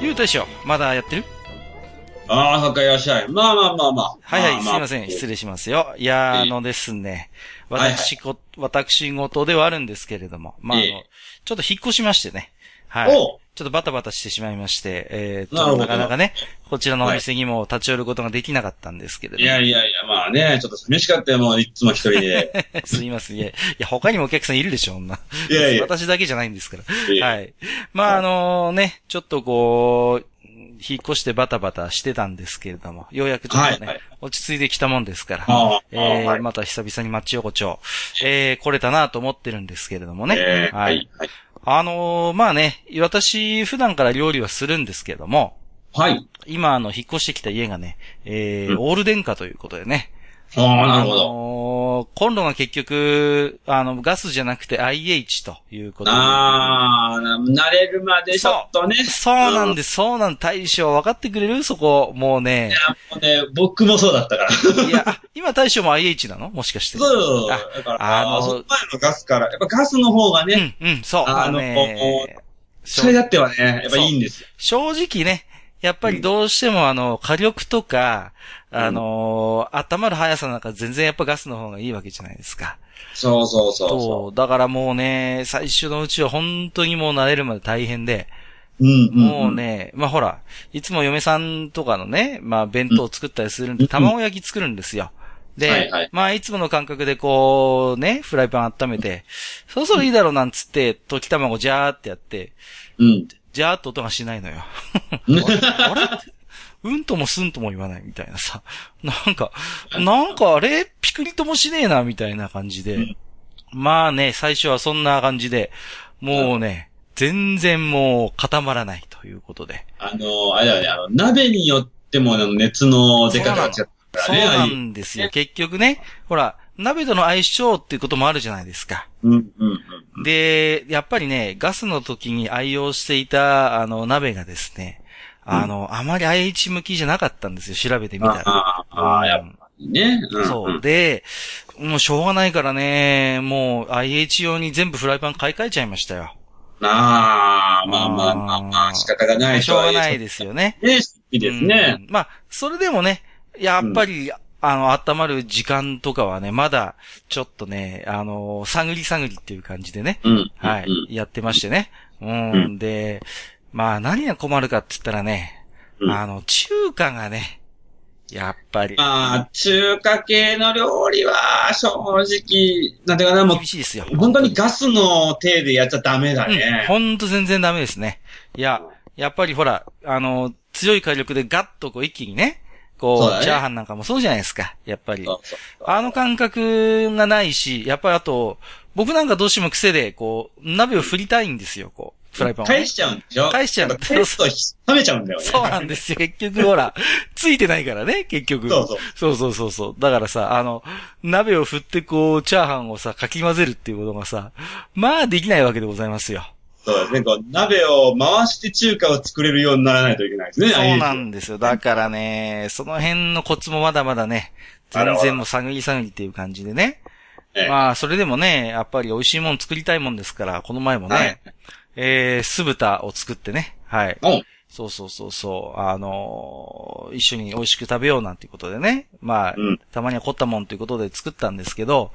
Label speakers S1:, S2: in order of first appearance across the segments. S1: ゆう大将、まだやってる
S2: ああ、はかいらっしゃい。まあまあまあまあ。
S1: はいはい、
S2: ます
S1: いません、失礼しますよ。いやー、あのですね、
S2: はいはい
S1: 私こ、私事ではあるんですけれども、まあ、あの
S2: ええ
S1: ちょっと引っ越しましてね、は
S2: お
S1: い。
S2: う
S1: ちょっとバタバタしてしまいまして、えー、
S2: なる
S1: と、
S2: ほど
S1: なかなかね、こちらのお店にも立ち寄ることができなかったんですけれど
S2: い
S1: も。
S2: やいやいや、まあね、ちょっと寂しかったよ、もういつも一 人で。
S1: すいません。いや、いや他にもお客さんいるでしょ、 女。
S2: いやいや。
S1: 私だけじゃないんですから。
S2: いや
S1: は。い。まあ、あのね、ちょっとこう、引っ越してバタバタしてたんですけれども、ようやくちょっとね、
S2: はいはい
S1: 落ち着いてきたもんですから、
S2: ああ
S1: え
S2: ああ
S1: ー
S2: はい
S1: また久々に町横丁、えー、来れたなと思ってるんですけれどもね。
S2: えー
S1: は
S2: はいい。。はい。
S1: あのーまあね、私、普段から料理はするんですけども、
S2: はい。
S1: 今、あの、引っ越してきた家がね、えー
S2: うん
S1: オール電化ということでね。
S2: ああ、なるほ
S1: あ
S2: ど。
S1: のーコンロが結局、あの、ガスじゃなくて IH ということで。
S2: ああ、な慣れるまでちょっとね。
S1: そうなん
S2: で
S1: です、そうなん、大将、分かってくれるそこ、もうね
S2: いや。、もうね、僕もそうだったから。そう
S1: いや、あ今大将も IH なのもしかして。
S2: そう。
S1: あ
S2: だから、
S1: あ
S2: あ
S1: の
S2: の、その前のガスから、やっぱガスの方が
S1: う
S2: ね、
S1: ん、うん、そう。
S2: あの
S1: ね
S2: それ
S1: 正
S2: だってはね、やっぱいいんですよ。
S1: 正直ね、やっぱりどうしてもあの、火力とか、あのー、温まる速さなんか全然やっぱガスの方がいいわけじゃないですか。
S2: そうそうそ
S1: そ。
S2: うそう
S1: だからもうね、最初のうちは本当にもう慣れるまで大変で、
S2: う。うん、うん。
S1: もう。ね、まあほら、いつも嫁さんとかのね、まあ弁当を作ったりするんで、
S2: うん
S1: 卵焼き作るんですよ。で、
S2: はいはい
S1: まあいつもの感覚でこう、ね、フライパン温めて、そろそろいいだろうなんつって、溶き卵ジャーってやって、
S2: うん。
S1: ジャーっと音がしない のよ。あれうんともすんとも言わないみたいなさ。なんか、なんかあれピクリともしねえな、みたいな感じで。
S2: うん
S1: まあね、最初はそんな感じで、もうね、全然もう固まらないということで。
S2: あの、あれだよね、あの、鍋によってもあの熱の出方が違ったか
S1: そう
S2: らね、あ
S1: な
S2: あいう。
S1: んですよ。結局ね、ほら、鍋との相性っていうこともあるじゃないですか。
S2: うん、うん、うん。
S1: で、やっぱりね、ガスの時に愛用していた、あの、鍋がですね、あの、あまり IH 向きじゃなかったんですよ。調べてみたら。
S2: ああ、ああ、やっぱりね。ん
S1: そう。。で、もうしょうがないからね、もう IH 用に全部フライパン買い替えちゃいましたよ。
S2: ああ、まあまあまあま
S1: あー
S2: あ、仕方がない
S1: しょうがない
S2: で
S1: ですよね。
S2: す。ね、好きですね。
S1: うんまあ、それでもね、やっぱり、あの、温まる時間とかはね、まだ、ちょっとね、あの、探り探りっていう感じでね、
S2: うん。うん
S1: はい、
S2: うん
S1: やってましてね。うん、、
S2: うん
S1: で、まあ、何が困るかって言ったらね、
S2: うん
S1: あの、中華がね、やっぱり、
S2: まあ、中華系の料理は、正直、なんていうかな、も
S1: 厳しいですよ。
S2: う、本当にガスの手でやっちゃダメだ
S1: うん、
S2: ね。
S1: ほんと全然ダメですね。いや、やっぱりほら、あの、強い火力でガッとこう一気にね、こ
S2: そう
S1: う、
S2: だね
S1: チャーハンなんかもそうじゃないですか、やっぱり。
S2: そうそう
S1: あの感覚がないし、やっぱりあと、僕なんかどうしても癖で、こう、鍋を振りたいんですよ、こう、フライパンをね、
S2: 返しちゃうんでしょ
S1: 返しちゃう
S2: やっぱテスト冷めちゃうんだよね。
S1: そうなんですよ、結局ほら、ついてないからね、結局。
S2: そうそ
S1: そ
S2: う
S1: うそうそうそう。だからさ、あの、鍋を振ってこう、チャーハンをさ、かき混ぜるっていうことがさ、まあできないわけでございますよ。
S2: そうですね。こう、鍋を回して中華を作れるようにならないといけないですね。
S1: そうな
S2: あ
S1: んですよ。だからね、その辺のコツもまだまだね、
S2: あ
S1: 全
S2: らあら
S1: 然もう探り探りっていう感じでね。
S2: あいうええ
S1: まあ、それでもね、やっぱり美味しいもん作りたいもんですから、この前もね、
S2: はい
S1: えー、酢豚を作ってね、はい。
S2: うん
S1: そうそうそうそう、あのー一緒に美味しく食べようなんていうことでね、まあ、
S2: うん
S1: たまには凝ったもんということで作ったんですけど、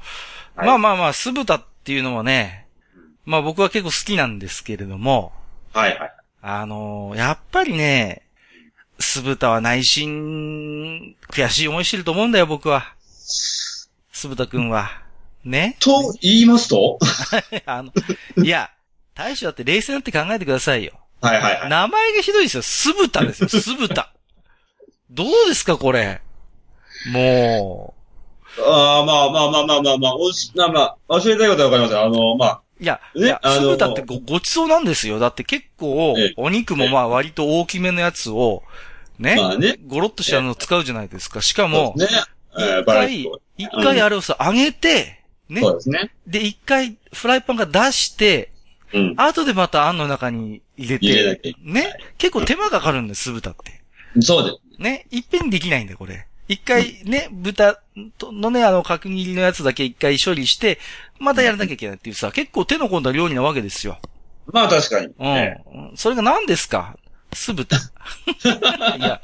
S2: はい
S1: まあまあまあ、酢豚っていうのもね、まあ僕は結構好きなんですけれども、
S2: はいはい。
S1: あのーやっぱりね、酢豚は内心、悔しい思いしてると思うんだよ、僕は。酢豚くんは。ね
S2: と言いますと
S1: あの、いや、大将だって冷静になって考えてくださいよ。
S2: はいはいはい。
S1: 名前がひどいですよ。酢豚 ですよ、酢豚。どうですか、これ。もう。
S2: ああ、まあまあまあまあまあまあ、おし、まあまあ、教えたいことはわかりますよ。あの、まあ、
S1: いや、い
S2: え
S1: や、
S2: あの
S1: 酢豚ってごごちそうなんですよ。だって結構
S2: ええ、
S1: お肉もまあ割と大きめのやつを、ね
S2: ま、あね。
S1: ごろっとしたのを使うじゃないですか。しかも、
S2: そうですね。えー
S1: 一
S2: バラエティ
S1: 回
S2: ー、
S1: 一回あれをさ、揚げて、ね
S2: そ、うですね。
S1: で、一回フライパンが出して、
S2: うん。
S1: 後でまたあんの中に入れ
S2: 入れなきゃ
S1: て
S2: い、
S1: ね、結構手間がかかるんです、酢豚って。
S2: そうです。
S1: ね、いっぺんにできないんだよ、これ。一回ね、豚のね、あの、角切りのやつだけ一回処理して、またやらなきゃいけないっていうさ、結構手の込んだ料理なわけですよ。
S2: まあ確かに。
S1: うん。
S2: え
S1: それが何ですか酢 豚。いや、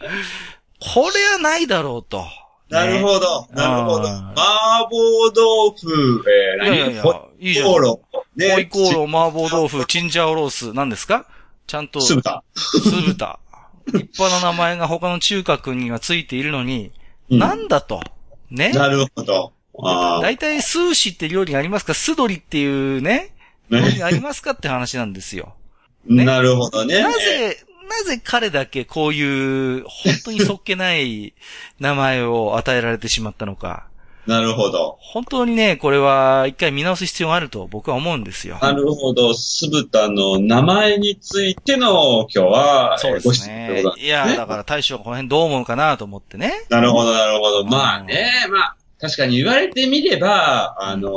S1: これはないだろうと。
S2: えなる
S1: ど。
S2: ほど。なるほど。
S1: あ
S2: 麻婆豆腐、えー、
S1: いやいやい
S2: 何
S1: や
S2: ホイ
S1: いいじゃん
S2: コーロー。
S1: ホイコーロー、
S2: ー。
S1: 麻婆豆腐、チンジャオロース、何ですかちゃんと、
S2: 酢
S1: 酢
S2: 豚。
S1: 豚。立派な名前が他の中核にはついているのに、
S2: うん
S1: なんだと。ね。
S2: なるほど。ああ。
S1: 大体、スーシーって料理がありますかスドリっていうね、料理
S2: ね
S1: がありますかって話なんです よ。ね
S2: なるほどね。
S1: なぜ、なぜ彼だけこういう、本当にそっけない名前を与えられてしまったのか。
S2: なるほど。
S1: 本当にね、これは一回見直す必要があると僕は思うんですよ。
S2: なるほど。酢豚の名前についての、今日は、
S1: そう
S2: え
S1: で
S2: ーご
S1: す
S2: 質問で
S1: ね
S2: ござ。
S1: い
S2: ま
S1: や、
S2: す
S1: だから大将がこの辺どう思うかなと思ってね。
S2: なるほど、なるほど。
S1: ん
S2: まあね、まあ、確かに言われてみれば、あの、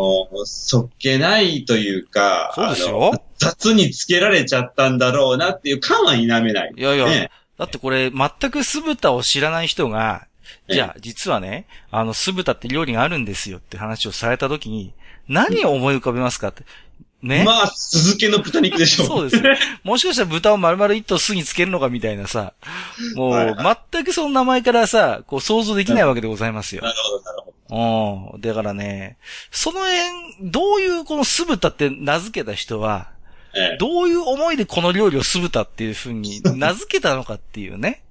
S2: そっけないというか、
S1: そうです
S2: あ
S1: よ
S2: の。雑につけられちゃったんだろうなっていう感は否めない。
S1: いやいや、
S2: ね、
S1: だってこれ全く酢豚を知らない人が、
S2: ええ
S1: じゃあ実はね、あの酢豚って料理があるんですよって話をされた時に、何を思い浮かべますかって。ね。
S2: まあ、鈴木の豚肉でしょ
S1: そうですね。もしかしたら豚を丸々一頭酢につけるのかみたいなさ、も
S2: は
S1: う
S2: いは
S1: 全くその名前からさ、こう想像できないわけでございますよ
S2: な。るほど、なるほ
S1: うん。だからね、その辺、どういうこの酢豚って名付けた人は、
S2: ど。ええ
S1: どういう思いでこの料理を酢豚っていう風に名付けたのかっていうね。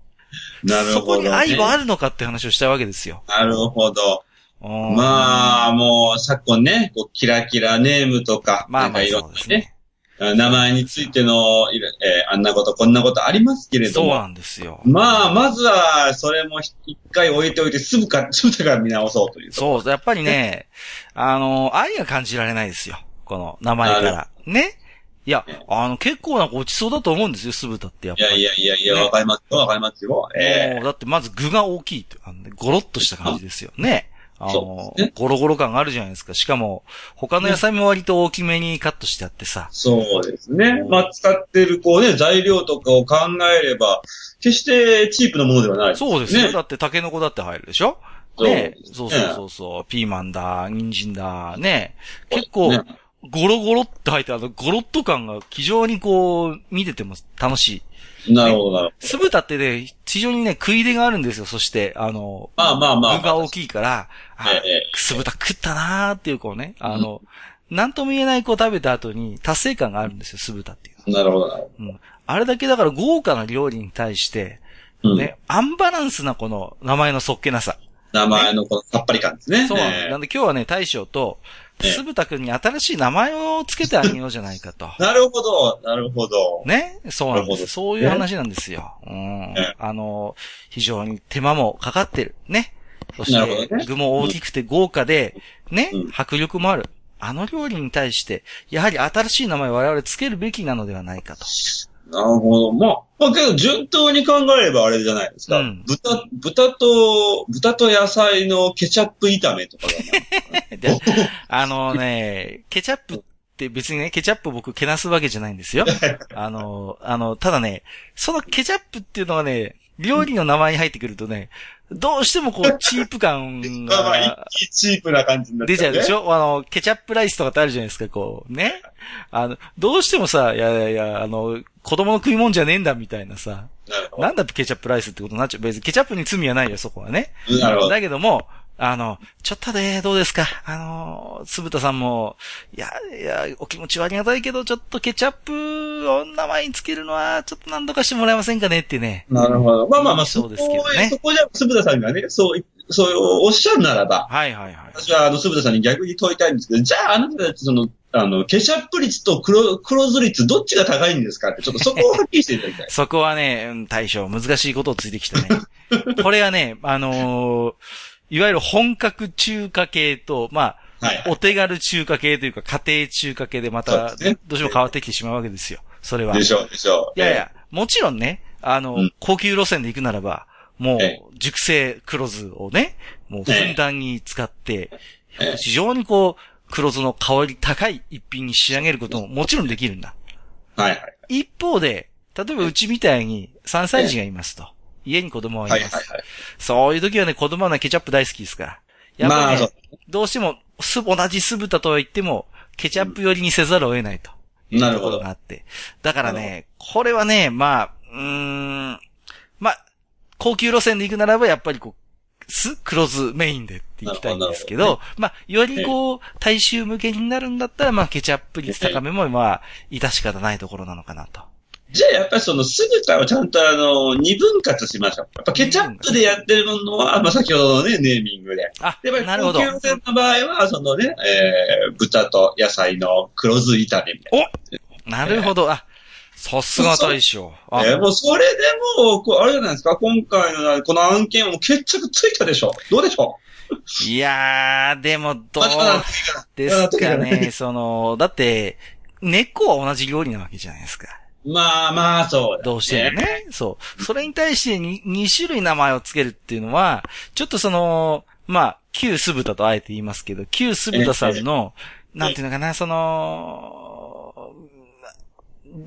S2: なる
S1: そ
S2: ほ
S1: こ
S2: ど、
S1: に
S2: ね。
S1: 愛はあるのかって話をしたいわけですよ。
S2: なるほど。
S1: うん
S2: まあ、もう、昨今ね、こうキラキラネームとか、
S1: まあ
S2: なん
S1: ま
S2: か
S1: あ
S2: いろ
S1: そうんで
S2: な
S1: す
S2: ね、
S1: ね。
S2: 名前についての、いろえーあんなこと、こんなことありますけれど
S1: そう
S2: も。
S1: なんですよ。
S2: まあ、まずは、それもひ一回置いておいて、すぐか、 すぐから見直そうという。
S1: そう、やっぱり ね、あの、愛が感じられないですよ。この名前から。ね。いや、あの、結構なごちそうだと思うんですよ、酢豚ってやっ
S2: い
S1: ぱ
S2: や
S1: り。
S2: いやいやいや、
S1: ね
S2: わ、かりますよ、わかりますよ。ええ
S1: もうだってまず具が大きいと。あのねゴロッとした感じですよね。あの
S2: そうですね、
S1: ゴロゴロ感があるじゃないですか。しかも、他の野菜も割と大きめにカットしてあってさ。
S2: そうですね。まあ、使ってる、こうね、材料とかを考えれば、決してチープなものではない。
S1: そうですよ。
S2: ね
S1: だって、タケノコだって入るでしょ
S2: そう
S1: ね
S2: ですね
S1: そうそうそうそう。ピーマンだ、人参だ、ね結
S2: ね
S1: 構、ゴロゴロって入って、あの、ゴロッと感が非常にこう、見てても楽しい。
S2: なるほど、なるほど。
S1: 酢豚ってね、非常にね、食い出があるんですよ。そして、あの、
S2: まあまあまあ
S1: 具が大きいから、あ
S2: ええええ、
S1: 酢豚食ったなーっていうこうね、あの、なんとも言えないこう食べた後に達成感があるんですよ、酢豚っていうのは。
S2: なるほど、なるほ
S1: うん。あれだけだから豪華な料理に対して、
S2: ど。うん、
S1: ね、アンバランスなこの名前のそっけなさ。
S2: 名前のこのさっぱり感ですね。
S1: そうなん
S2: え
S1: で
S2: え
S1: す。なんで今日はね、大将と、
S2: ええ
S1: 酢豚くんに新しい名前をつけてあげようじゃないかと。
S2: なるほど、なるほど。
S1: ねそうなんで
S2: なるほ
S1: す。
S2: ど
S1: そういう話なんですよ。うん
S2: ええ。
S1: あの、非常に手間もかかってる。ね。そし
S2: なるほ
S1: て
S2: ど、ね
S1: 具も大きくて豪華で、ね
S2: うん
S1: 迫力もある。あの料理に対して、やはり新しい名前を我々つけるべきなのではないかと。
S2: なるほど。まあ、まあけど順当に考えればあれじゃないですか。
S1: うん
S2: 豚、豚と、豚と野菜のケチャップ炒めとかが
S1: であのね、ケチャップって別にね、ケチャップ僕けなすわけじゃないんですよ。あの、あの、ただね、そのケチャップっていうのはね、料理の名前に入ってくるとね、どうしてもこう、チープ感
S2: まあま
S1: が
S2: あ、一気にチープな感じになっ
S1: 出ちゃうでし
S2: ょ
S1: ょあの、ケチャップライスとかってあるじゃないですか、こう、ね。あの、どうしてもさ、いやいやいや、あの、子供の食い物じゃねえんだ、みたいなさ。
S2: なるほ
S1: なんだケチャップライスってことになっちゃう。別にケチャップに罪はないよ、そこはね。
S2: ど。なるほど。
S1: だけども、あの、ちょっとで、どうですかあの、つぶたさんも、いや、いや、お気持ちはありがたいけど、ちょっとケチャップを名前につけるのは、ちょっと何とかしてもらえませんかねってね。
S2: なるほど。まあまあまあ、
S1: そ
S2: そうこ
S1: ですけどね
S2: へそこじゃ、すぶたさんがね、そう、そうおっしゃるならば、
S1: はいはいはい。
S2: 私は、あの、すぶたさんに逆に問いたいんですけど、じゃあ、あなたたち、その、あの、ケチャップ率と黒、黒酢率、どっちが高いんですかって、ちょっとそこをはっきりしていただきたい。
S1: そ こはね、うん大将、難しいことをついてきたね。これはね、あのーいわゆる本格中華系と、まあ、
S2: はいはい。
S1: お手軽中華系というか、家庭中華系でま
S2: そう
S1: た、
S2: ですね
S1: どうしても変わってきてしまうわけですよ。それは。
S2: で
S1: い
S2: しょう、でしょう。
S1: やいや、もちろんね、あの、
S2: うん
S1: 高級路線で行くならば、も
S2: ええ
S1: う、熟成黒酢をね、もうふんだんに使って、
S2: ええ
S1: 非常にこう、黒酢の香り高い一品に仕上げることももちろんできるんだ。
S2: ええ。はいはい。
S1: 一方で、例えばうちみたいに3歳児がいますと。家に子供が
S2: はい
S1: い
S2: は
S1: ま
S2: いは
S1: す。そういう時はね、子供はね、ケチャップ大好きですから。
S2: い。
S1: やっぱ
S2: ま
S1: ね
S2: あ、そう。
S1: どうしても、す、同じ酢豚とは言っても、ケチャップ寄りにせざるを得ないと。
S2: なる
S1: とこ
S2: ほ
S1: ろ
S2: ど
S1: が。あって。だからね、これはね、まあ、うーん、まあ、高級路線で行くならば、やっぱりこう、酢、黒酢メインでって行きたいんですけ
S2: なる
S1: ど、まあ、よりこう、大衆向けになるんだったら、まあ、ケチャップ率高めも、まあ、致し方ないところなのかなと。
S2: じゃあ、やっぱりその酢豚をちゃんとあの、二分割しましょう。やっぱケチャップでやってるのは、まあ先ほどのね、ネーミングで。
S1: あ、
S2: やっぱ
S1: な
S2: り
S1: るほ
S2: 高
S1: ど。
S2: 級店の場合は、そのね、えー、豚と野菜の黒酢炒めみたい
S1: なるほど。あ、さすが大将。あ
S2: な。えーもうそれでも、こうあれじゃないですか、今回のこの案件も決着ついたでしょどうでしょ
S1: いやー、でも、
S2: う
S1: どうですかね。その、だって、根っこは同じ料理なわけじゃないですか。
S2: まあまあ、そうだ。
S1: どうしても
S2: ね。
S1: ね。そう。それに対してに2種類名前をつけるっていうのは、ちょっとその、まあ、旧酢豚とあえて言いますけど、旧酢豚さんの、
S2: え
S1: なんていうのかな、その、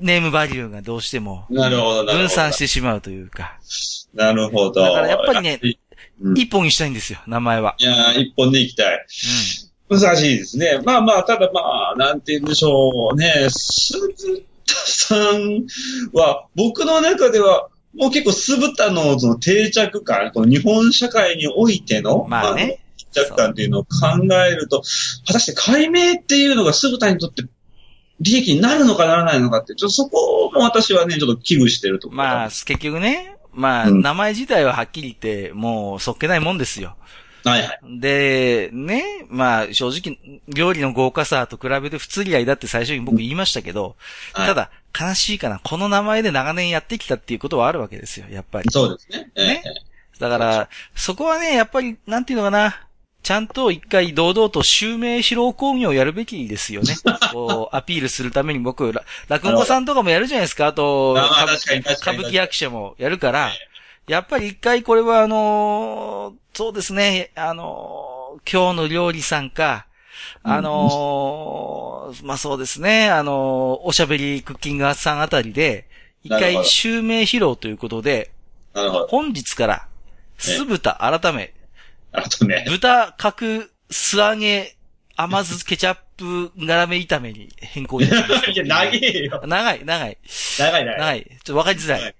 S1: ネームバリューがどうしても、
S2: なるほど、なるほど。
S1: 分散してしまうというか、
S2: なるほど。
S1: だからやっぱりね
S2: うん
S1: 一本にしたいんですよ、名前は。
S2: いやー一本でいきたい。
S1: う
S2: 難しいですね。まあまあ、ただまあ、なんて言うんでしょうね。鈴田さんは、僕の中では、もう結構酢豚のその定着感、この日本社会においての、
S1: ん。まあね。
S2: 定着感っていうのを考えると、果たして解明っていうのが酢豚にとって利益になるのかならないのかって、ちょっとそこも私はね、ちょっと危惧してるところ
S1: まあ、結局ね、まあ、
S2: うん
S1: 名前自体ははっきり言って、もう、そっけないもんですよ。
S2: はいはい。
S1: で、ね、まあ、正直、料理の豪華さと比べて不釣り合いだって最初に僕言いましたけど、
S2: はい
S1: ただ、悲しいかな。この名前で長年やってきたっていうことはあるわけですよ、やっぱり。
S2: そうですね。
S1: ね
S2: ええ
S1: だから、そこはね、やっぱり、なんていうのかな。ちゃんと一回堂々と襲名披露工業をやるべきですよね。こう、アピールするために僕、ら落語家さんとかもやるじゃないですか。あと、
S2: あまあ
S1: 歌舞
S2: 確かに確か
S1: 歌
S2: に
S1: 舞伎役者もやるから、やっぱり一回これはあのーそうですね、あのー今日の料理さんか、あのーまあそうですね、あのーおしゃべりクッキングさんあたりで、一
S2: なる
S1: 回
S2: ほど
S1: 襲名披露ということで、
S2: なるほど。
S1: 本日から、酢豚改め、
S2: あとね。。
S1: 豚角素揚げ甘酢ケチャップ辛め炒めに変 更いたします
S2: いや、長えよ。
S1: 長い、長い。
S2: 長い長い。
S1: 長い。ちょっとわかりづら。
S2: はい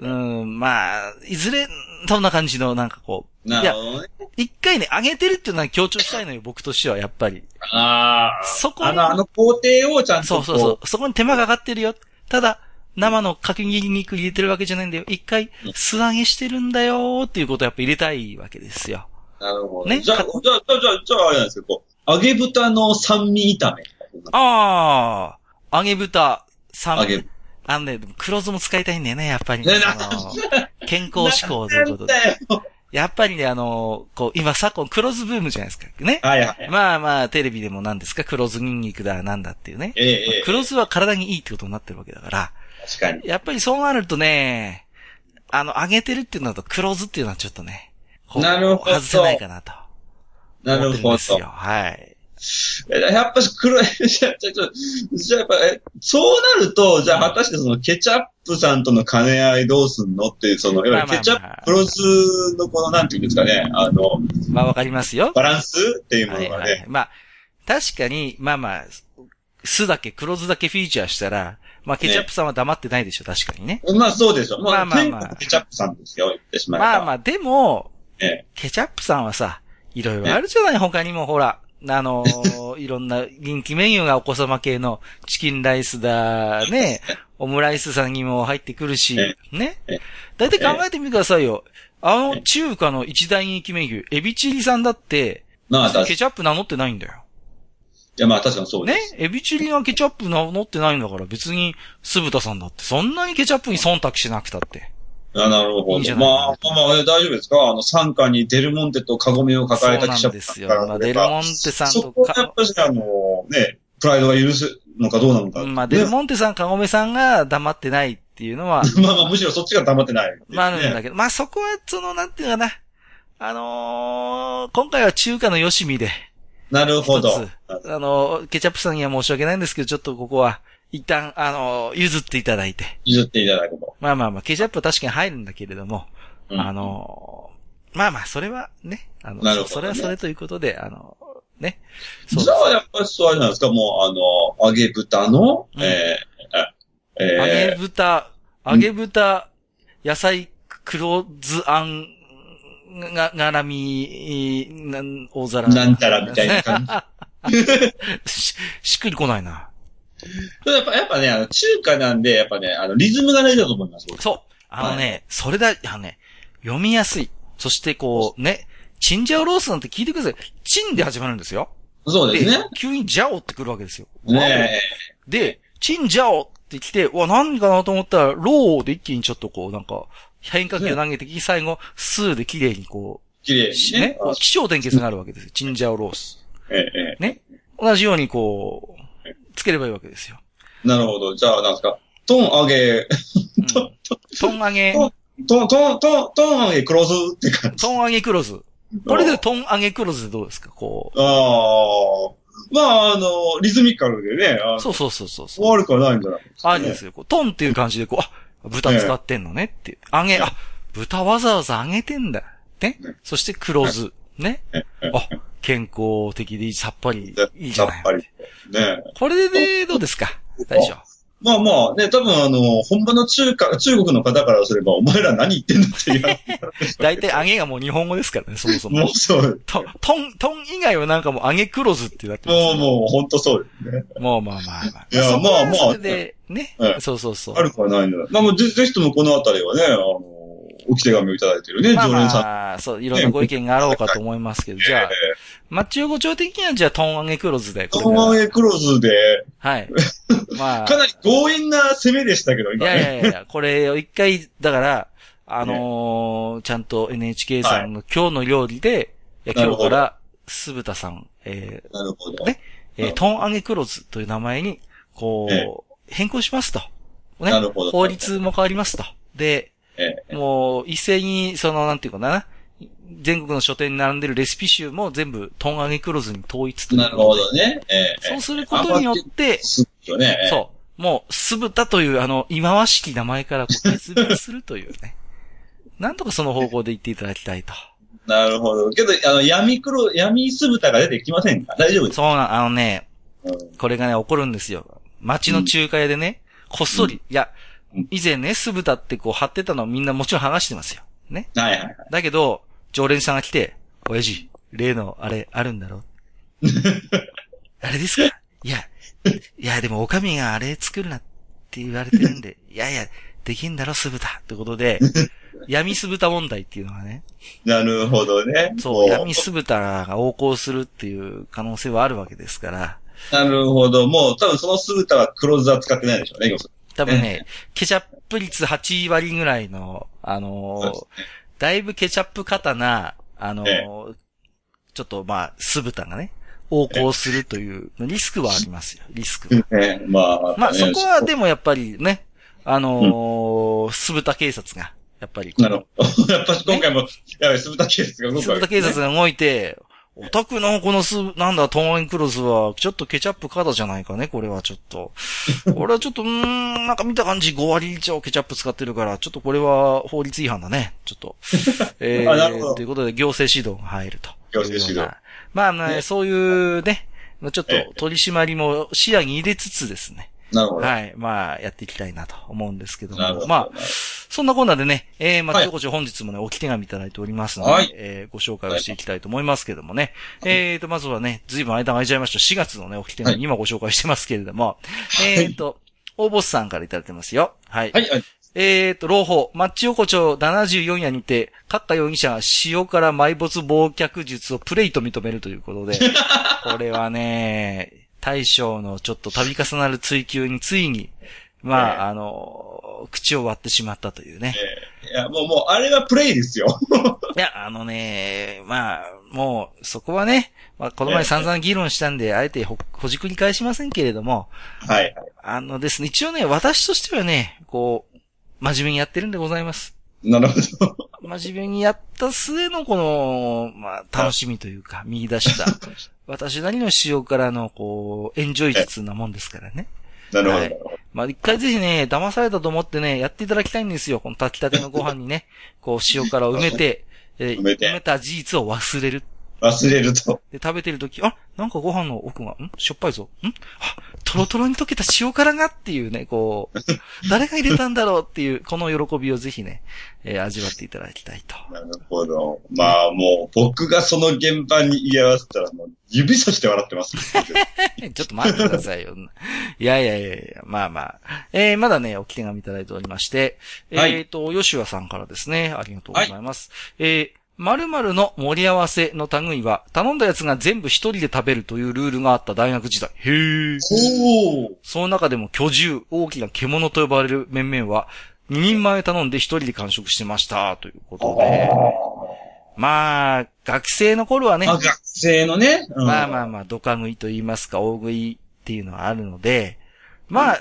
S1: うん、まあ、いずれ、そんな感じの、なんかこう。
S2: ないる
S1: や、
S2: ほどね。
S1: 一回ね、上げてるっていうのは強調したいのよ、僕としては、やっぱり。
S2: ああ。
S1: そこ
S2: あ
S1: に
S2: の、あの工程をちゃんと
S1: そ
S2: こ
S1: うそうそう。そこに手間がかかってるよ。ただ、生の角切り肉入れてるわけじゃないんだよ。一回、素揚げしてるんだよーっていうことをやっぱ入れたいわけですよ。
S2: なるほど。
S1: ね
S2: じゃあ、じゃあ、じゃあ、じゃあ、じゃあ、あれなんですけど、こう揚げ豚の酸味炒め。
S1: あー、揚げ豚、三
S2: 揚げ、
S1: あのね、でも黒酢も使いたいんだよね、やっぱりね。
S2: ね、な
S1: その健康志向ということで。
S2: なんだよ
S1: やっぱりね、あの、こう、今昨今黒酢ブームじゃないですか。ね。
S2: はいはい。
S1: まあまあ、テレビでも何ですか、黒酢ニンニクだ、なんだっていうね。
S2: ええ、ええ、
S1: 黒酢は体にいいってことになってるわけだから、
S2: 確かに。
S1: やっぱりそうなるとね、あの、揚げてるっていうのと黒酢っていうのはちょっとね、こう
S2: なるほど
S1: 外せないかなと。
S2: なる
S1: 思ってん
S2: ほ
S1: ですよ。
S2: ど。
S1: はい。
S2: えやっぱし黒い、 じゃあ、じゃあちょっと、じゃあ、やっぱ、えそうなると、じゃあ、果たしてその、ケチャップさんとの兼ね合いどうすんのっていう、その、いわゆるケチャ
S1: まあまあまあ
S2: ップ、プロスのこの、なんていうんですかね、あの、
S1: まあわかりますよ。
S2: バランスっていうも
S1: は
S2: の
S1: い
S2: が
S1: は
S2: ね
S1: い。。まあ、確かに、まあまあ、酢だけ、黒酢だけフィーチャーしたら、まあケチャップさんは黙ってないでしょ、確かにね。
S2: まあそうでしょ。ま
S1: ま
S2: あ、
S1: あまあ
S2: 全
S1: まあ
S2: 国ケチャップさんですよ、言ってしまえば。
S1: まあまあ、でも、
S2: え
S1: ケチャップさんはさ、いろいろあるじゃない、他にもほら。あのー いろんな人気メニューがお子様系のチキンライスだ、 ね、オムライスさんにも入ってくるし
S2: え、
S1: ね
S2: え。
S1: だいたい考えてみてくださいよ。あの中華の一大人気メニュー、エビチリさんだって、
S2: まあ、確か
S1: ケ
S2: に。い
S1: チャップ名乗ってないんだよ。
S2: や、まあ確かにそうで
S1: ね
S2: す。
S1: エビチリがケチャップ名乗ってないんだから別に、酢豚さんだって、そんなにケチャップに忖度しなくたって。
S2: あなる
S1: いい
S2: ほ
S1: んじ
S2: ど。
S1: ゃな
S2: ま
S1: い
S2: あ、まあまあ、え大丈夫ですかあの、傘下にデルモンテとカゴメを
S1: そう
S2: 抱えた
S1: な
S2: 記
S1: ん
S2: 者
S1: ですよ。
S2: から
S1: まあ、
S2: すれ
S1: デル
S2: ば
S1: モンテさん
S2: そ
S1: と
S2: こはやっ
S1: か、
S2: ぱし、あの、ね、プライドが許すのかどうなのか。
S1: まあ、デル
S2: ね
S1: モンテさん、カゴメさんが黙ってないっていう のは、
S2: まあまあ、むしろそっちが黙ってないっていうね、
S1: まああるんだけど、まあそこは、その、なんていうかな。あのー今回は中華のよしみで、
S2: なるほど。
S1: 一あのーケチャップさんには申し訳ないんですけど、ちょっとここは、一旦、あのー譲っていただいて。
S2: 譲っていただくと。
S1: まあまあまあ、ケチャップは確かに入るんだけれども、
S2: うん
S1: あのーまあまあ、それはね、あの、
S2: なるほどね
S1: そそれはそれということで、あのーね。そう
S2: じゃあ、やっぱりそうあれなんですかもう、あの、揚げ豚の、
S1: うん
S2: えー、えー、
S1: 揚げ豚、揚げ豚、野菜、黒酢あん、が、がらみ、なん、大皿。
S2: なんたらみたいな感じ。
S1: し、しっくりこないな。
S2: でもやっぱ、やっぱね、あの、中華なんで、やっぱね、あの、リズムが大事だと思います。
S1: そう。あのね、それだ、あのね、読みやすい。そしてこう、ね、チンジャオロースなんて聞いてください。チンで始まるんですよ。
S2: そうで
S1: で、
S2: すね。
S1: 急にジャオってくるわけですよ。
S2: ねえ
S1: で、チンジャオって来て、うわ、何かなと思ったら、ローで一気にちょっとこう、なんか、変化球を投げてきて、最後、スーで綺麗にこ
S2: 綺麗
S1: う、し
S2: に
S1: ね
S2: ね。、あ
S1: 気象転結があるわけですよ。チンジャオロース。
S2: えええ
S1: ね。同じようにこう、つければいいわけですよ。
S2: えなるほど。じゃあ、なんですか。トン揚げ、
S1: うん、トン揚げ、
S2: トン、トン、トン、トン揚げクロスって感じ。
S1: トン揚げクロス。これでトン揚げクロスでどうですかこ
S2: ああ。まあ、あの、リズミカルでね、あ
S1: う。そうそうそうそうそう。
S2: 悪くはないんじゃないですか
S1: あ
S2: ね
S1: りですよ。こうトンっていう感じで、こう、あ、豚使ってんのねっていう。揚げ、あ、豚わざわざ揚げてんだ。ね
S2: ね。
S1: そして黒酢。ね
S2: ね。
S1: あ、健康的でさっぱり、いいじ
S2: さ
S1: ゃ
S2: っ
S1: ない
S2: ぱ。り。ね
S1: これでどうですか大将。
S2: まあまあね、多分あの、本場の中華、中国の方からすれば、お前ら何言ってんだっていう話になってしまう
S1: 大体揚げがもう日本語ですからね、そも そ
S2: も
S1: も
S2: う。そう。
S1: トン、トン、トン以外はなんかもう揚げ黒酢ってなってます
S2: もう
S1: よ
S2: もう、ほんとそうですね。
S1: もうまあまあまあ。
S2: いや
S1: そこは
S2: まあまあ
S1: それで、ね
S2: え。え
S1: そうそうそう。
S2: 悪くはないんじゃないまあもうぜぜひともこのあたりはね、あの、置き手紙をいただいてるね、
S1: まあ
S2: 常連さ
S1: まあ、そう、いろんなご意見があろうかと思いますけど、
S2: ん。
S1: じゃあ
S2: え、
S1: まあ、中国町的にはじゃあ、トン揚げクロズで、
S2: え
S1: これ
S2: ト
S1: か
S2: ン
S1: ら
S2: ワンエクローズで、
S1: はい。まあ、
S2: かなり強引な攻めでしたけど、
S1: い
S2: 今
S1: やい
S2: ね。
S1: やいや、これを一回、だから、あのーちゃんと NHK さんの今日の料理で、いや
S2: なる
S1: 今
S2: ほ
S1: 日か
S2: ど
S1: ら、酢豚さん、え
S2: なるほど。
S1: ねーえー
S2: うん
S1: トン揚げクロズという名前に、こう、
S2: え
S1: 変更しますと。ね
S2: なるほど。
S1: 法律も変わりますと。で、
S2: ええ。
S1: もう、一斉に、その、なんていうかな、全国の書店に並んでるレシピ集も全部、トン揚げクロズに統一という
S2: なるほどね。ええ。
S1: そうすることによって、
S2: すごいよね。う。
S1: そう。もう、酢豚という、あの、忌まわしき名前からこう決別するという ね。なんとかその方向で言っていただきたいと。
S2: なるほど。けど、あの、闇黒、闇酢豚が出てきませんか大丈夫です。
S1: そうなん、あのね、
S2: うん
S1: これがね、起こるんですよ。街の中華屋でね、こっそり、いや
S2: うん、
S1: 以前ね、酢豚ってこう貼ってたのをみんなもちろん剥がしてますよ。ね。
S2: はいはいはい。
S1: だけど、常連さんが来て、親父、例のあれ、あるんだろ あれですかいや、いや、でも、おかみがあれ作るなって言われてるん で、いやいや、できんだろ、酢豚ってことで、闇酢豚問題っていうのがね、
S2: なるほどね。
S1: そう、
S2: も
S1: 闇酢豚が横行するっていう可能性はあるわけですから、
S2: なるほど。もう、多分その酢豚は黒酢は使ってないでしょうね。
S1: 多分ね、ケチャップ率8割ぐらいの、あの
S2: そう
S1: ー
S2: です
S1: だいぶケチャップ型な、あのー
S2: え
S1: ちょっとまあ、酢豚がね、横行するという、リスクはありますよ、リスクは。
S2: ねまあ、
S1: まあ、そこは
S2: ね
S1: でもやっぱりね、あのー酢豚警察が、やっぱりこう、
S2: なるほど。やっ ぱし今回も、やべ、酢豚警察が動く
S1: 酢豚警察が動いて、お宅のこの酢、なんだ、トーンクロスは、ちょっとケチャップカードじゃないかね、これはちょっと。これはちょっと、うーん、なんか見た感じ5割以上ケチャップ使ってるから、ちょっとこれは法律違反だね、ちょっ と。え
S2: あなるほ
S1: ー、
S2: ど
S1: ということで行政指導が入ると。
S2: 行政指導
S1: いうような。まあ、まあ
S2: ね
S1: そういうね、ちょっと
S2: ええ
S1: 取り締まりも視野に入れつつですね。
S2: なるほど。
S1: はい。まあ、やっていきたいなと思うんですけど
S2: なるほ
S1: も。
S2: ど
S1: まあ、そんなこんなでね、えー、まあ、
S2: はい
S1: ちょこちょこ本日もね、おき手紙いただいておりますので、
S2: はい
S1: えーご紹介をしていきたいと思いますけどもね。えーと、まずはね、ずいぶん間が空いちゃいました。4月のね、おき手紙、
S2: はい
S1: 今ご紹介してますけれども、
S2: い
S1: えーと、大ボスさんからいただいてますよ。はい。
S2: はい、はい。
S1: えーと、朗報、マッチ横丁74夜にて、閣下容疑者が塩から埋没忘却術をプレイと認めるということで、 これはね、大将のちょっと度重なる追求についに、まあ、あの、口を割ってしまったというね。
S2: えいや、もう、もう、あれはプレイですよ。
S1: いや、あのね、まあ、もう、そこはね、まあ、この前散々議論したんで、あえてほ、ほじくり返しませんけれども、
S2: はい。
S1: あのですね、一応ね、私としてはね、こう、真面目にやってるんでございます。
S2: なるほど。
S1: 真面目にやった末のこの、まあ、楽しみというか、見出した、私なりの仕様からの、こう、エンジョイ術なもんですからね。
S2: なるほど。
S1: はいまあ、一回ぜひね、騙されたと思ってね、やっていただきたいんですよ。この炊きたてのご飯にね、こう、塩辛を埋めて、えー
S2: 埋めて
S1: た事実を忘れる。
S2: 忘れると。
S1: で、食べてるとき、あ、なんかご飯の奥が、んしょっぱいぞ。んあ、トロトロに溶けた塩辛がっていうね、こう、誰が入れたんだろうっていう、この喜びをぜひね、えー味わっていただきたいと。
S2: なるほど。まあ、もう、僕がその現場に居合わせたら、もう、指さして笑って ます。
S1: ちょっと待ってくださいよ。いやいやいやいや、まあまあ。えー、まだね、おき手紙いただいておりまして、
S2: はい
S1: えっ、と、吉和さんからですね、ありがとうございます。えー〇〇の盛り合わせの類は、頼んだやつが全部一人で食べるというルールがあった大学時代。へー。
S2: おー。
S1: その中でも巨獣、大きな獣と呼ばれる面々は、2人前頼んで1人で完食してました、ということで。まあ、学生の頃はね、
S2: まあ、学生のね。うん
S1: まあまあまあ、ドカ食いと言いますか、大食いっていうのはあるので、まあ、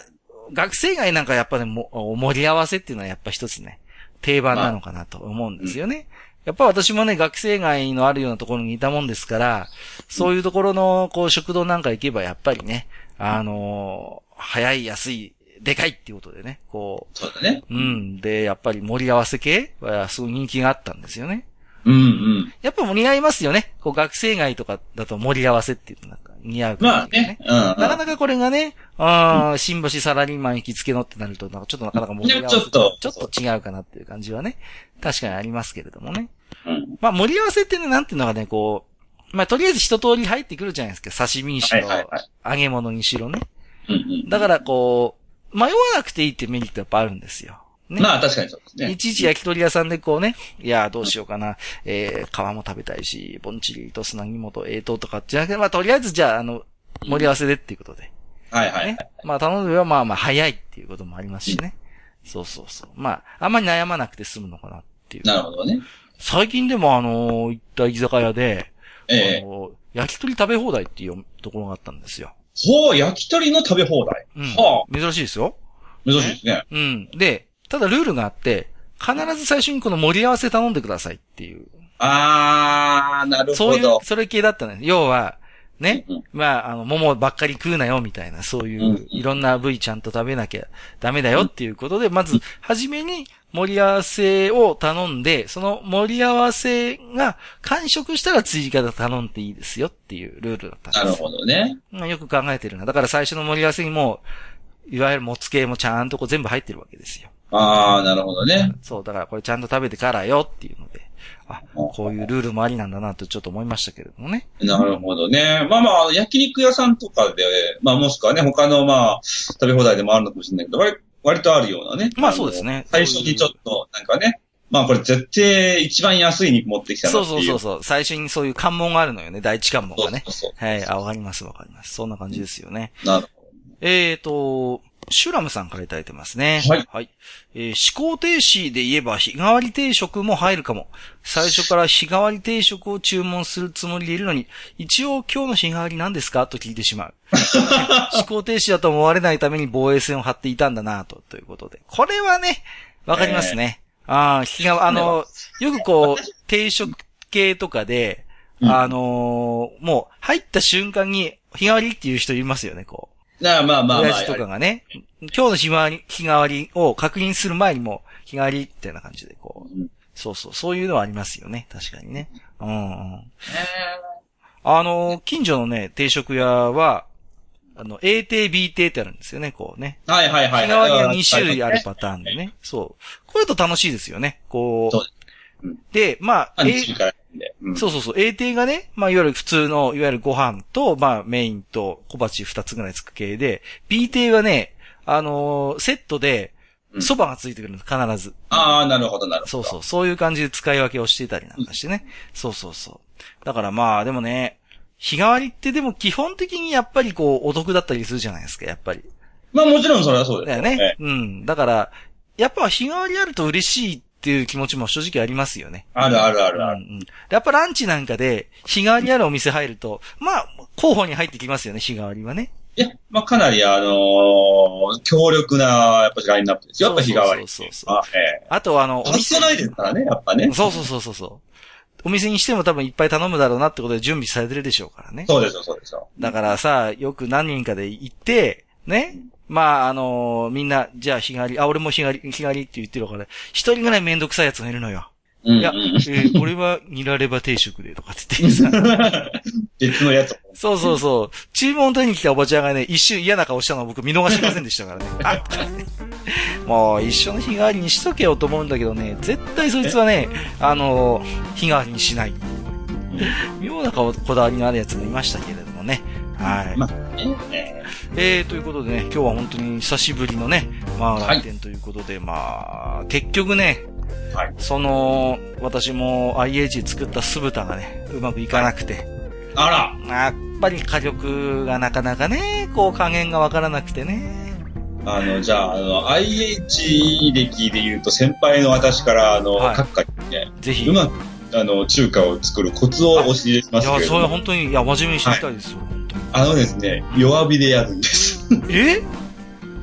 S1: 学生街なんかやっぱね、もお盛り合わせっていうのはやっぱ一つね、定番なのかなと思うんですよね。やっぱ私もね、学生街のあるようなところにいたもんですから、そういうところの、こう、食堂なんか行けばやっぱりね、あのー早い、安い、でかいっていうことでね、こ
S2: そうだね。
S1: う、うん。で、やっぱり盛り合わせ系は、すごい人気があったんですよね。
S2: うんうん。
S1: やっぱ盛り合いますよね。こう学生街とかだと盛り合わせっていうのなんか似合う
S2: ま
S1: 感
S2: あ
S1: じで
S2: ね。。うん、うん。
S1: なかなかこれがね、あー新橋サラリーマン行きつけのってなると、なんかちょっとなかなか盛り合わせ
S2: いやちょっと
S1: ちょっと違うかなっていう感じはね、確かにありますけれどもね。
S2: うん
S1: まあ盛り合わせってね、なんていうのがね、こう、まあとりあえず一通り入ってくるじゃないですか。刺身にし
S2: はい
S1: ろ、
S2: はいはい。
S1: 揚げ物にしろね。
S2: うんうん。
S1: だからこう、迷わなくていいってメリットやっぱあるんですよ。ね。
S2: まあ、確かにそうですね。
S1: いちいち焼き鳥屋さんでこうね、いやー、どうしようかな、えー、皮も食べたいし、ぼんちりと砂肝とえーととかじゃなくて、まあ、とりあえずじゃあ、あの、盛り合わせでっていうことで。
S2: はいはいは
S1: ね
S2: い。。
S1: まあ、頼んではまあまあ、早いっていうこともありますしね。そうそうそう。まあ、あんまり悩まなくて済むのかなっていう。
S2: なるほどね。
S1: 最近でもあのー行った居酒屋で、
S2: え
S1: あ
S2: え
S1: のー焼き鳥食べ放題っていうところがあったんですよ。
S2: ほう、焼き鳥の食べ放題。
S1: うん。
S2: は
S1: 珍しいですよ。
S2: あ、珍しいですね。
S1: うん。で、ただルールがあって、必ず最初にこの盛り合わせ頼んでくださいっていう。
S2: あー、なる
S1: そう
S2: ほ
S1: いう
S2: ど、。
S1: それ系だったね。要は、ね
S2: うん、
S1: まあ、あの、桃ばっかり食うなよ、みたいな、そうい
S2: うん
S1: う、いろんな部位ちゃんと食べなきゃダメだよっていうことで、まず、はじめに盛り合わせを頼んで、その盛り合わせが完食したら追加で頼んでいいですよっていうルールだった
S2: なんる
S1: ですよ。
S2: ほどね。
S1: まあよく考えてるな。だから最初の盛り合わせにもう、いわゆるもつ系もちゃんとこう全部入ってるわけですよ。
S2: あー、なるほどね。
S1: そう、だからこれちゃんと食べてからよっていうので、あ、こういうルールもありなんだなとちょっと思いましたけれどもね。
S2: なるほどね。まあまあ、焼肉屋さんとかで、まあもしくはね、他のまあ、食べ放題でもあるのかもしれないけど、割割とあるようなね。
S1: まあそうですね
S2: の最初にちょっと、なんかね、まあこれ絶対一番安い肉持ってきたな
S1: そ
S2: っ
S1: う
S2: て
S1: そう
S2: い。
S1: そううそう。最初にそういう関門があるのよね。第一関門がね。
S2: そうそう
S1: はい。あ、わかりますわかります。そんな感じですよね。
S2: なるほ
S1: えーと、シュラムさんからいただいてますね。
S2: はい。
S1: えー思考停止で言えば日替わり定食も入るかも。最初から日替わり定食を注文するつもりでいるのに、一応今日の日替わり何ですかと聞いてし まう。思考停止だと思われないために防衛線を張っていたんだなと、ということで。これはね、わかりますね。ああ、日替わあの、よくこう、定食系とかで、
S2: うん
S1: あのーもう入った瞬間に日替わりっていう人いますよね、こう。
S2: ど。なあまあまあま
S1: 親
S2: あ
S1: 父。とかがね、今日の日替わり、日替わりを確認する前にも、日替わりみたいな感じでこう、
S2: うん
S1: そうそう、そういうのはありますよね、確かにね。うんうん。あの、近所のね、定食屋は、あの、A 定、B 定ってあるんですよね、こうね。
S2: はいはい
S1: 日
S2: はい。
S1: 替わりが2種類ある
S2: は
S1: パターンでね。そう。これと楽しいですよね、こ
S2: そう
S1: う
S2: うん。
S1: で、まあ、A
S2: い。2種類からなんで。うん
S1: そうそうそう。A 定がね、まあ、いわゆる普通の、いわゆるご飯と、まあ、メインと小鉢二つぐらいつく系で、B 定はね、あのーセットで、
S2: うん
S1: 蕎麦がついてくるの、必ず。
S2: ああ、なるほどなるほど。
S1: そうそう。そういう感じで使い分けをしていたりなんかしてね。そうそうそう。だからまあ、でもね、日替わりってでも基本的にやっぱりこう、お得だったりするじゃないですか、やっぱり。
S2: まあもちろんそれはそうです。
S1: だよね
S2: え。
S1: うん。だから、やっぱ日替わりあると嬉しいっっていう気持ちも正直ありますよね。
S2: あるあるあ
S1: う
S2: る
S1: んう
S2: ある。
S1: ん。やっぱランチなんかで、日替わりあるお店入ると、まあ、候補に入ってきますよね、日替わりはね。
S2: いや、まあ、かなり、あのー強力な、やっぱラインナップですよ。やっぱ日替わり。
S1: そうそうそうそう
S2: あええ
S1: あとはあの、お
S2: 欠か
S1: 店
S2: せないですからね、やっぱね。
S1: そうそうそうそうそう。お店にしても多分いっぱい頼むだろうなってことで準備されてるでしょうからね。
S2: そうですよ、そうですよ。
S1: だからさ、よく何人かで行って、ね。まあ、あのーみんな、じゃあ日替わり、あ、俺も日替わり、日替わりって言ってるから、一人ぐらいめんどくさいやつがいるの よ。
S2: うん、
S1: いや、
S2: うん。
S1: えー俺はニラレバ定食でとかって言ってさ。
S2: 別のやつ。
S1: そうそうそう。注文取りに来たおばちゃんがね、一瞬嫌な顔したのを僕見逃しませんでしたからね。あ もう一緒の日替わりにしとけよと思うんだけどね、絶対そいつはね、あの、日替わりにしない。妙な顔、こだわりのあるやつもいましたけれどもね。はい。
S2: まあ、ねえ
S1: えー、ということでね、今日は本当に久しぶりのね、まあ、
S2: はい
S1: 来店ということで、まあ、結局ね、
S2: えはい。
S1: その、私も IH 作った酢豚がね、うまくいかなくて、
S2: あら、
S1: やっぱり火力がなかなかね、こう加減がわからなくてね。
S2: あの、じゃあ、あの、IH 歴で言うと、先輩の私から、あの、
S1: はい
S2: 各界にね、
S1: ぜひ。
S2: う
S1: い
S2: まく、あの、中華を作るコツを教え
S1: や、
S2: ます
S1: そ
S2: けれど
S1: れは
S2: も、
S1: 本当に、いや、真面目に知りたいですよ、本
S2: あのですね、弱火でやるんです。
S1: 当に。え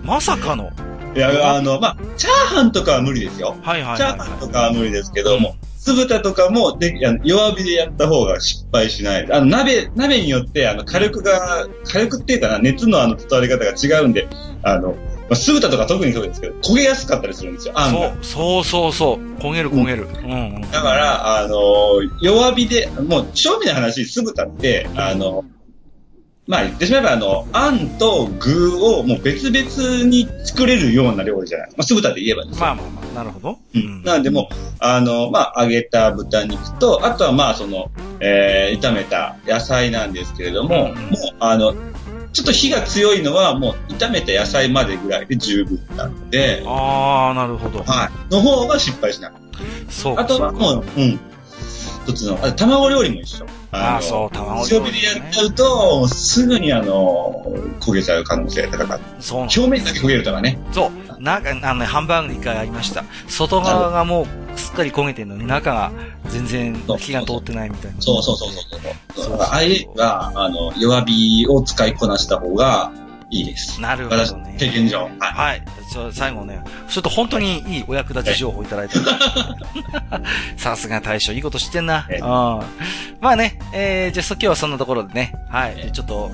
S1: まさかの。はい
S2: いや、あの、まあ、チャーハンとかは無理ですよ。
S1: はいはい、
S2: チャーハンとかは無理ですけど
S1: う
S2: も、酢豚とかもであの弱火でやった方が失敗しない。あの鍋、鍋によってあの火力が、火力っていうかな、熱のあの伝わり方が違うんで、あの、まあ、酢豚とか特にそうですけど、焦げやすかったりするんですよ、あんが。
S1: そう、そうそうそう。焦げる焦げる。うん、うん。
S2: だから、あの弱火で、もう、正味な話、酢豚って、あのまあ言ってしまえば、あの、あんと具をもう別々に作れるような料理じゃないまあ、酢豚で言えばですよ
S1: まあまあまあ、なるほど。うん。
S2: なんでもう、あの、まあ、揚げた豚肉と、あとはまあ、その、えー炒めた野菜なんですけれども、
S1: うん
S2: もう、あの、ちょっと火が強いのは、もう、炒めた野菜までぐらいで十分なので、
S1: あー、なるほど。
S2: はい。の方が失敗しなかっ
S1: そう
S2: た。あ
S1: か。
S2: と
S1: そ
S2: は
S1: うか
S2: もう、うん。一つの、あ卵料理も一緒。
S1: あ
S2: の
S1: あ、そう、卵料
S2: 強
S1: 理
S2: 火でやっちゃ
S1: ね
S2: うと、もうすぐにあの、焦げちゃう可能性が高かった。
S1: そうなん
S2: 表面だけ焦げるとかね。
S1: そう。中、あのね、ハンバーグに一回ありました。外側がもう、すっかり焦げてるのに、中が全然火が通ってないみたいな。
S2: そうそうそうそうそう。
S1: そう
S2: だから IH は、あの、弱火を使いこなした方がいいです。
S1: なるほ
S2: 私
S1: どね。
S2: 経験上。はい。
S1: はい。ちょ最後ね、ちょっと本当にいいお役立ち情報いた だいたので。さすが大将、いいこと知ってんな。う
S2: ええ
S1: ん。まあね、えー、じゃあそ今日はそんなところでね、はい。
S2: ええ
S1: でちょっと、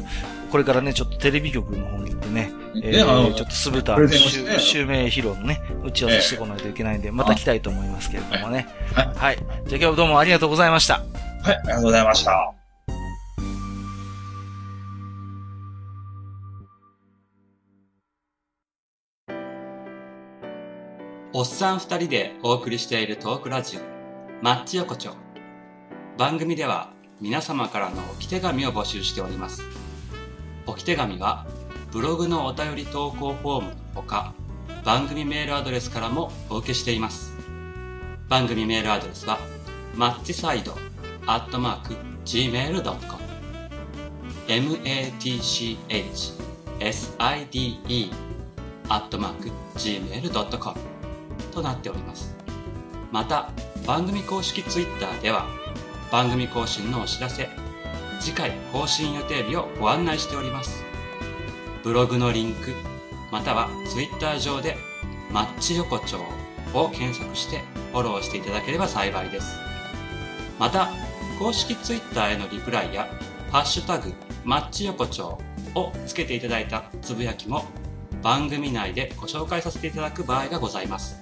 S1: これからね、ちょっとテレビ局の方に行ってね、え
S2: ね、あ
S1: ー
S2: の、
S1: ちょっと酢豚
S2: プレゼンをして
S1: 襲、襲名披露のね、打ち合わせしてこないといけないんで、また来たいと思いますけれどもね。
S2: はい
S1: はい。じゃあ今日どうもありがとうございました。
S2: はい、ありがとうございました。
S3: おっさん二人でお送りしているトークラジオ、マッチ横丁。番組では皆様からの置き手紙を募集しております。置き手紙は、ブログのお便り投稿フォームのほか、番組メールアドレスからもお受けしています。番組メールアドレスは、マッチサイド、アットマーク、gmail.com。m-a-t-c-h-s-i-d-e、アットマーク、gmail.com。となっておりますまた番組公式 Twitter では番組更新のお知らせ次回更新予定日をご案内しておりますブログのリンクまたは Twitter 上で「マッチ横丁」を検索してフォローしていただければ幸いですまた公式 Twitter へのリプライや「ハッシュタグマッチ横丁」をつけていただいたつぶやきも番組内でご紹介させていただく場合がございます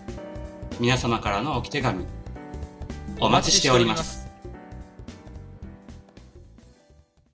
S3: 皆様からのおき手紙お待ちしております